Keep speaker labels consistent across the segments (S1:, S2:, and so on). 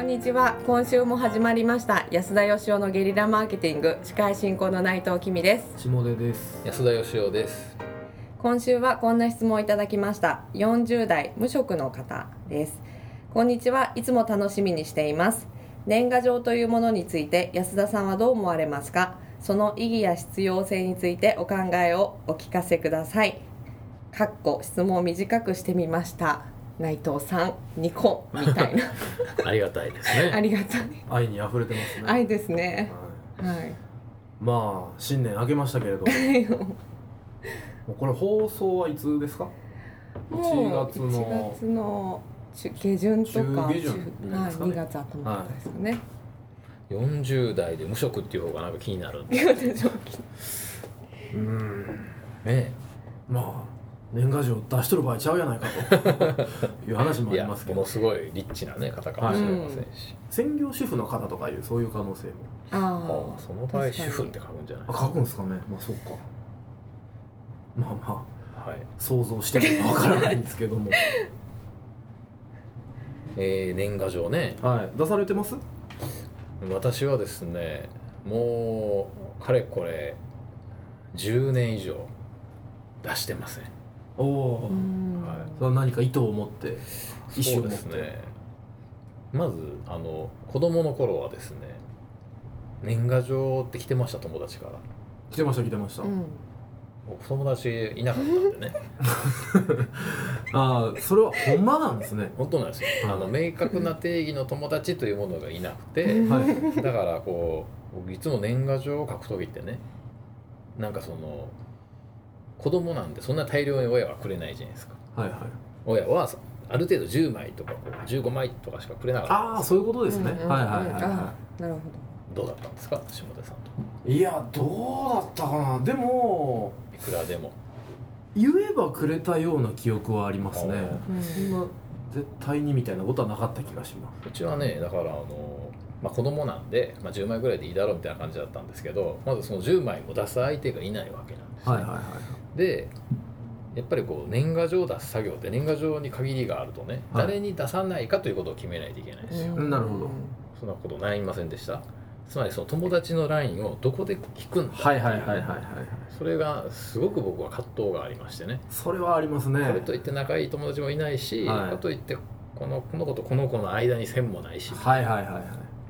S1: んにちは今週も始まりました安田義雄のゲリラマーケティング司会進行の内藤君です
S2: 下出です
S3: 安田義雄です。
S1: 今週はこんな質問をいただきました40代無職の方ですこんにちはいつも楽しみにしています年賀状というものについて安田さんはどう思われますかその意義や必要性についてお考えをお聞かせくださいかっこ質問を短くしてみました内藤さんニコみたいな
S3: ありがたいです
S1: あ
S3: ね。
S1: りがたい
S2: 愛に溢れてますね、はい
S1: 愛ですねはい
S2: まあ新年明けましたけ れどもうこれ放送はいつですか
S1: もう
S2: 1月の
S1: 1月の中下旬とか
S2: 中下旬になり
S1: は
S2: ま
S1: い、
S2: すかね
S1: 2月頭とかですよね、
S3: 40代で無職っていう方がなんか気になる。ね
S1: い、でしょ
S2: うん
S3: え。
S2: まあ年賀状出しとる場合ちゃうやないか という話もあ
S3: い
S2: り
S3: や、
S2: ますけ
S3: も
S2: ど
S3: のすごいリッチなね、方かもしれませんし。
S2: 専業主婦の方とかいうそういう可能性も
S1: あ
S3: ああ、
S1: あ
S3: その場合主婦って書くんじゃない
S2: あ
S3: です
S2: 書くんですかねまあそうかまあまあ
S3: か。はい。
S2: 想像してもわからないんですけ ども
S3: えー、年賀状ね。
S2: はい出されてます
S3: 私はですね、もうかれこれ10年以上出してません。
S2: おおー、
S1: うん
S3: はい
S2: それは何か意図を持って一
S3: そ
S2: 種
S3: うですね。まずあの子供の頃はですね、年賀状って来てました友達から。
S2: 来てました来てました、
S1: うん
S3: 僕友達いなかったんでね
S2: ああそれはほんまなんですね
S3: 本当なんですよあの明確な定義の友達というものがいなくて
S2: はい
S3: だからこう僕いつも年賀状を書く時ってねなんかその子供なんでそんな大量に親はくれないじゃないですか
S2: はいはい
S3: 親はそある程度10枚とかこう15枚とかしかくれなかった
S2: ああそういうことですね、
S1: うんうんうん
S2: はいはいはいは
S1: あなるほ
S3: どうだったんですか下田さんと
S2: いいやどうだったかなでも
S3: いくらでも
S2: 言えばくれたような記憶はありますね
S3: あ
S1: ど、うん
S2: そんな絶対にみたいなことはなかった気がします
S3: うちはねだからあの、まあ、子供なんで、まあ、10枚ぐらいでいいだろうみたいな感じだったんですけどまずその10枚も出す相手がいないわけなんですね、
S2: はいはいはい
S3: でやっぱりこう年賀状を出す作業って年賀状に限りがあるとね、
S2: はい
S3: 誰に出さないかということを決めないといけないんですよ、
S2: んなるほど
S3: そんなこと悩みませんでしたつまりその友達のラインをどこで聞くんだ
S2: はいはいはいはいはい
S3: それがすごく僕は葛藤がありましてね
S2: それはありますね
S3: それといって仲いい友達もいないし、
S2: はい
S3: かといってこのこの子とこの子の間に線もないし
S2: はいはいはいはい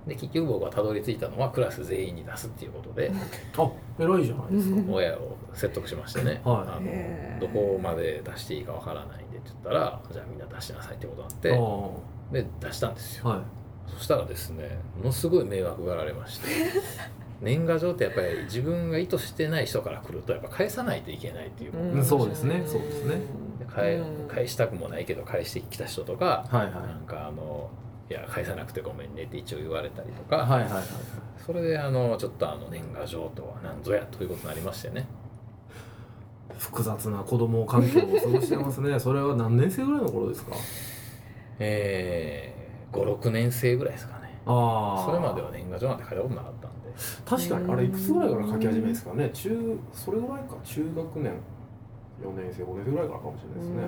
S3: で結局僕はたどり着いたのはクラス全員に出すっていうことで
S2: あ偉いじゃないですか
S1: うん
S3: 親を説得しましてね、
S2: はい
S3: あ
S1: へー
S3: のどこまで出していいかわからないんでって言ったらじゃあみんな出しなさいってことになっ
S2: あ
S3: てで出したんです
S2: あ
S3: よ
S2: はい
S3: そしたらですねものすごい迷惑がられま して年賀状ってやっぱり自分が意図してない人から来るとやっぱ返さないといけないっていうこと
S2: うんそうですねそうですね
S3: で返
S1: うん
S3: 返したくもないけど返してきた人とか
S2: はいはい
S3: なんかあのいや返さなくてごめんねって一応言われたりと
S2: はい
S3: か、
S2: はいはい
S3: それであのちょっとあの年賀状とは何ぞやということになりましてね
S2: 複雑な子供環境を過ごしてますねそれは何年生ぐらいの頃ですか
S3: えー、56年生ぐらいですかね
S2: ああ
S3: それまでは年賀状なんて書いたことなかったんで
S2: 確かにあれいくつぐらいから書き始めですかね中それぐらいか中学年4年生5年生ぐらいからかもしれないですね、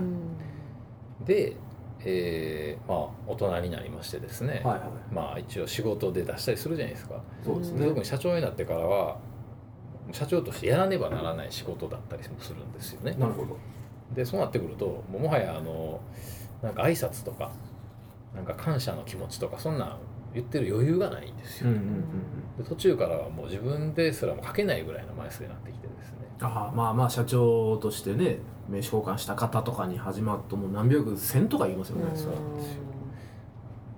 S3: で、えーまあ大人になりましてですね、
S2: はいはい
S3: まあ一応仕事で出したりするじゃないですか、
S2: そうです
S1: ん
S2: ね、
S3: 特に社長になってからは社長としてやらねばならない仕事だったりもするんですよね
S2: なるほど
S3: でそうなってくるともうもはやあのなんか挨拶とかなんか感謝の気持ちとかそんなん言ってる余裕がないんですよ、
S2: うんうんうんうん
S3: で途中からはもう自分ですらも書けないぐらいの枚数になってきてですね
S2: ああまあまあ社長としてね名刺交換した方とかに始まるともう何百千とか言いますよね、
S1: うん
S2: それは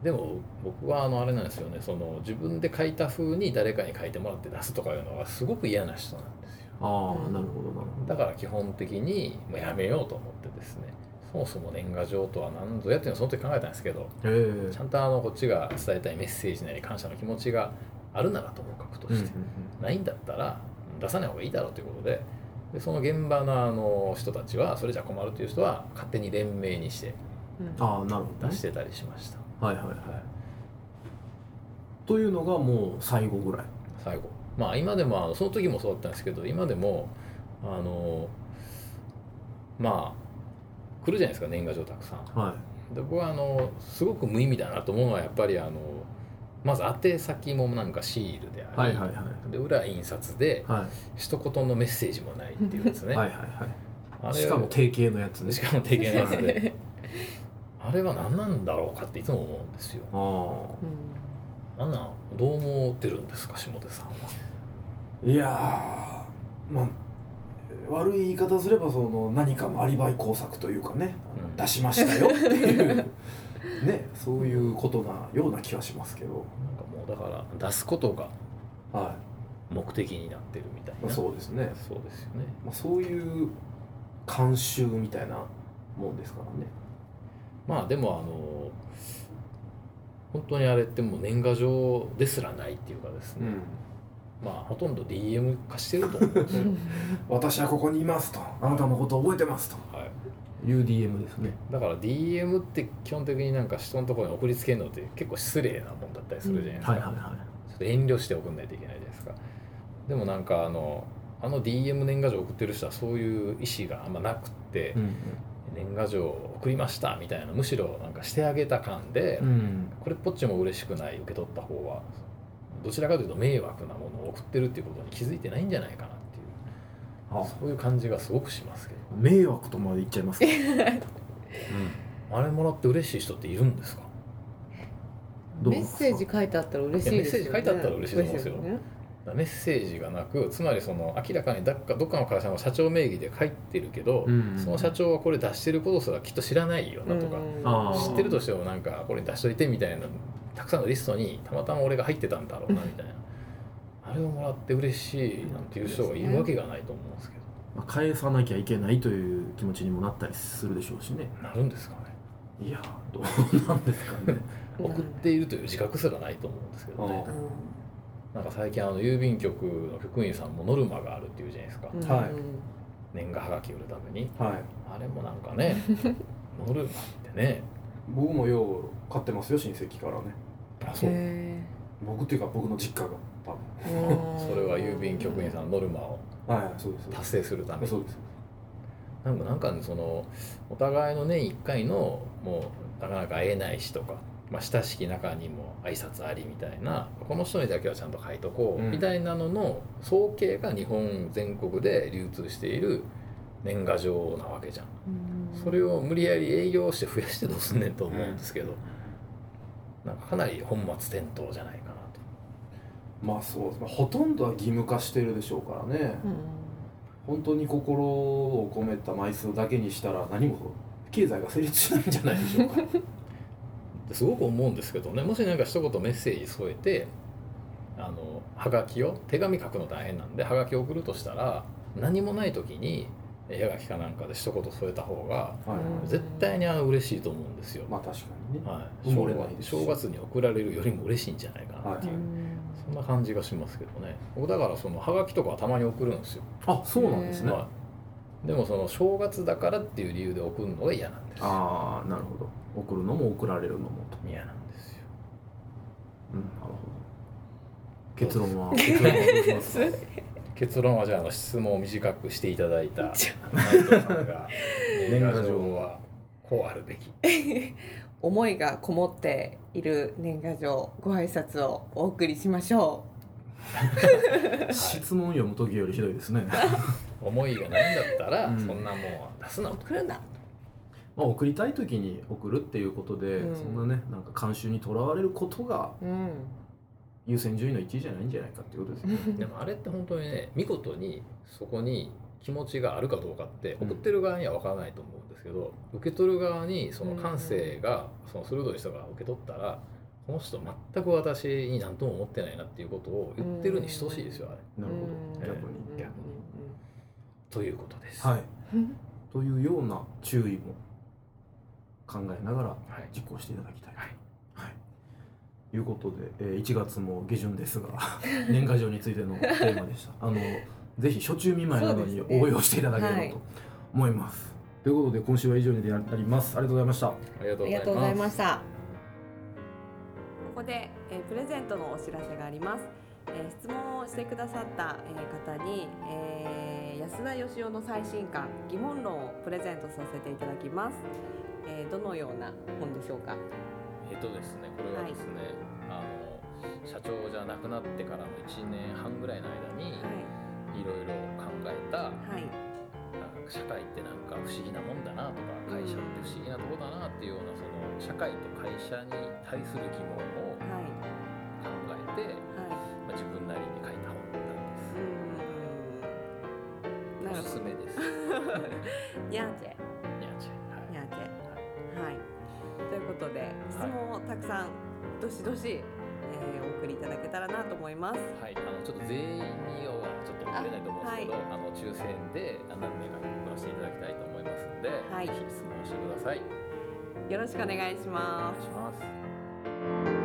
S3: でも僕はあのあれなんですよねその自分で書いた風に誰かに書いてもらって出すとかいうのはすごく嫌な人なんですよ
S2: ああ、
S1: うん。
S2: なるほどなるほど
S3: だから基本的にもうやめようと思ってですねそもそも年賀状とは何ぞやっていうのをその時考えたんですけど
S2: ええ
S3: ちゃんとあのこっちが伝えたいメッセージなり感謝の気持ちがあるならともかくと
S2: うんう
S3: し
S2: ん
S3: て、ないんだったら出さない方がいいだろうということででその現場のあの人たちはそれじゃ困るという人は勝手に連名にして
S2: ああなるほど、
S3: 出してたりしました、
S2: はいはいはいというのがもう最後ぐらい
S3: 最後まあ今でもあのその時もそうだったんですけど今でもあのまあ来るじゃないですか年賀状たくさん
S2: は
S3: で僕はあのすごく無意味だなと思うのはやっぱりあのまず宛先もなんかシールであ
S2: はい
S3: り、
S2: はいはい
S3: で裏は印刷で
S2: は
S3: 一言のメッセージもないっていうです
S2: い
S3: ね、
S2: はいはい
S3: あ
S2: はい
S3: れ
S2: しかも定型のやつね
S3: しかも提言なんで あれは何なんだろうかっていつも思うんですよ
S2: ああ
S3: あんなんどう思ってるんですか下手さんはい
S2: やーまあ悪い言い方すればその何かのアリバイ工作というかね、
S3: うん
S2: 出しましたよっていう ねそういうことなような気がしますけど
S3: なんかもうだから出すことが
S2: は
S3: 目的になってるみたい
S2: い、ま
S3: な
S2: あ、そうですね、
S3: そうですよね
S2: まあ、そういう慣習みたいなもんですからね
S3: まあでもあの本当にあれってもう年賀状ですらないっていうかですね、まあほとんど DM 化してると思 うんですよ、
S2: 私はここにいますとあなたのことを覚えてますと
S3: はい、
S2: いう DM ですね
S3: だから DM って基本的になんか人のところに送りつけるのって結構失礼なもんだったりするじゃないですか、
S2: いは
S3: ちょっと遠慮して送んないといけないじゃないですかでもなんかあのあの DM 年賀状送ってる人はそういう意思があんまなくって、
S2: うん
S3: 年賀状を送りましたみたいなむしろなんかしてあげた感で、
S2: うん
S3: これっぽっちも嬉しくない受け取った方はどちらかというと迷惑なものを送ってるっていうことに気づいてないんじゃないかなっていう
S2: あ
S3: そういう感じがすごくしますけど、
S2: 迷惑とまで言っちゃいますか
S3: あれもらって嬉しい人っているんですか
S2: どう
S1: メッセージ書いてあったら嬉しいですよね。
S3: いやメッセージ書いてあったら嬉しいと思うんですよ
S1: 嬉しいね
S3: だからメッセージがなくつまりその明らかにどっかどっかの会社の社長名義で書いてるけど、
S2: うん
S3: その社長はこれ出してることすらきっと知らないよなとか、
S1: うん
S2: あー
S3: 知ってるとしてもなんかこれ出しといてみたいなたくさんのリストにたまたま俺が入ってたんだろうなみたいな、あれをもらって嬉しいなんていう人がいるわけがないと思うんですけど、
S4: まあ返さなきゃいけないという気持ちにもなったりするでしょうしね
S3: なるんですかね
S4: いやーどうなんですかね
S3: 送っているという自覚すらないと思うんですけどね
S2: あ
S3: なんか最近あの郵便局の局員さんもノルマがあるっていうじゃないですか、
S1: うん
S2: はい
S3: 年賀はがき売るために
S2: はい
S3: あれもなんかねノルマってね
S2: 僕もよう買ってますよ親戚からね
S3: あそう
S1: へ
S2: 僕っていうか僕の実家が多分
S1: ー
S3: それは郵便局員さんのノルマを
S2: はいそうです
S3: 達成するために
S2: そうです
S3: なんかなんかねそのお互いの年1回のもうなかなか会えないしとか、まあ、親しき中にも挨拶ありみたいなこの人にだけはちゃんと書いとこう
S2: うん
S3: みたいなのの総計が日本全国で流通している年賀状なわけじゃんそれを無理やり営業して増やしてどうすんねんと思うんですけど、なんかかなり本末転倒じゃないかなと
S2: まあそうです、まあ、ほとんどは義務化してるでしょうからね、本当に心を込めた枚数だけにしたら何も経済が成立しないんじゃないでし ょうか
S3: ですごく思うんですけどねもし何か一言メッセージ添えてあのはがきを手紙書くの大変なんではがきを送るとしたら何もない時に絵はがきかなんかで一言添えた方が
S2: はい、
S1: うん
S3: 絶対にあの嬉しいと思うんですよ、
S2: まあ確かにね
S3: はい、
S2: 埋もれ
S3: 正
S2: ないで
S3: 月
S2: すし
S3: 正月に送られるよりも嬉しいんじゃないかな、
S2: はい
S3: そんな感じがしますけどね僕だからそのはがきとかはたまに送るんですよ、
S4: あそうなんですね、
S3: はい、でもその正月だからっていう理由で送るのが嫌なんですよ
S4: ああなるほど送るのも送られるのもと
S3: 嫌なんですよ
S4: うんなるほど結論は結論は どうしますか
S3: 結論はじゃああの質問を短くしていただいた内藤さんが年賀状はこうあるべき
S1: 思いがこもっている年賀状ご挨拶をお送りしましょ
S4: 質問読む時よりひどい ですねま
S3: 思いがないんだったら、
S4: うん
S3: そんなもん出すな
S1: う。
S3: と
S1: 送るんだ。
S4: あ送りたい時に送るっていうことで、
S1: うん
S4: そんなねなんか慣習にとらわれることが
S1: うん。
S4: 優先順位の1位じゃないんじゃないかっていうことですよね
S3: でもあれって本当にね見事にそこに気持ちがあるかどうかって送ってる側には分からないと思うんですけど、受け取る側にその感性が、その鋭い人が受け取ったらこの人全く私に何とも思ってないなっていうことを言ってるに等しいですよあれ。
S4: なる
S1: うん
S4: ほど逆に
S1: うん
S3: 逆にということです。
S4: はい
S1: うん
S4: というような注意も考えながら
S3: はい
S4: 実行していただきたい
S3: はい
S4: と、はいいうことで、えー1月も下旬ですが 年賀状についてのテーマで したあのぜひ初中見舞いなどに
S1: そうですね
S4: 応用していただけ
S1: は
S4: れ
S1: い
S4: ばと思います、ということで今週は以上になりますありがとうございました
S3: ありがと
S1: あ
S3: う
S1: りが
S3: ござい
S1: とうござ
S3: ま
S1: い
S3: す。
S1: ました。ここで、えープレゼントのお知らせがあります。えー質問をしてくださった、えー方に、えーー安田義雄の最新刊「疑問論」をプレゼントさせていただきます、えーどのような本でしょうか
S3: えっとですねこれはですね、あの社長じゃなくなってからの1年半ぐらいの間に
S1: はい
S3: ろいろ考えた
S1: いはい
S3: なんか社会ってなんか不思議なもんだなとか会社って不思議なとこだなっていうようなその社会と会社に対する疑問を考
S1: は
S3: え
S1: い
S3: て、
S1: は
S3: まあ、自分なりに書いた本なん
S1: い
S3: です
S1: う。ーんなる
S3: お
S1: ほ
S3: すす
S1: ど
S3: めです。
S1: ニャーチェ
S3: ニャーチェはい
S1: ニャーチェはいということで質問をたくさんどしどし、えーお送りいただけたらなと思います
S3: はい、あのちょっと全員にはちょっと送れないと思うんですけど、
S1: あ
S3: あ,、の抽選で何名かに送らせていただきたいと思いますので、
S1: はい
S3: ぜひ質問してください。
S1: よろしくお願いし
S3: お
S1: ま
S3: 願い
S1: す
S3: します。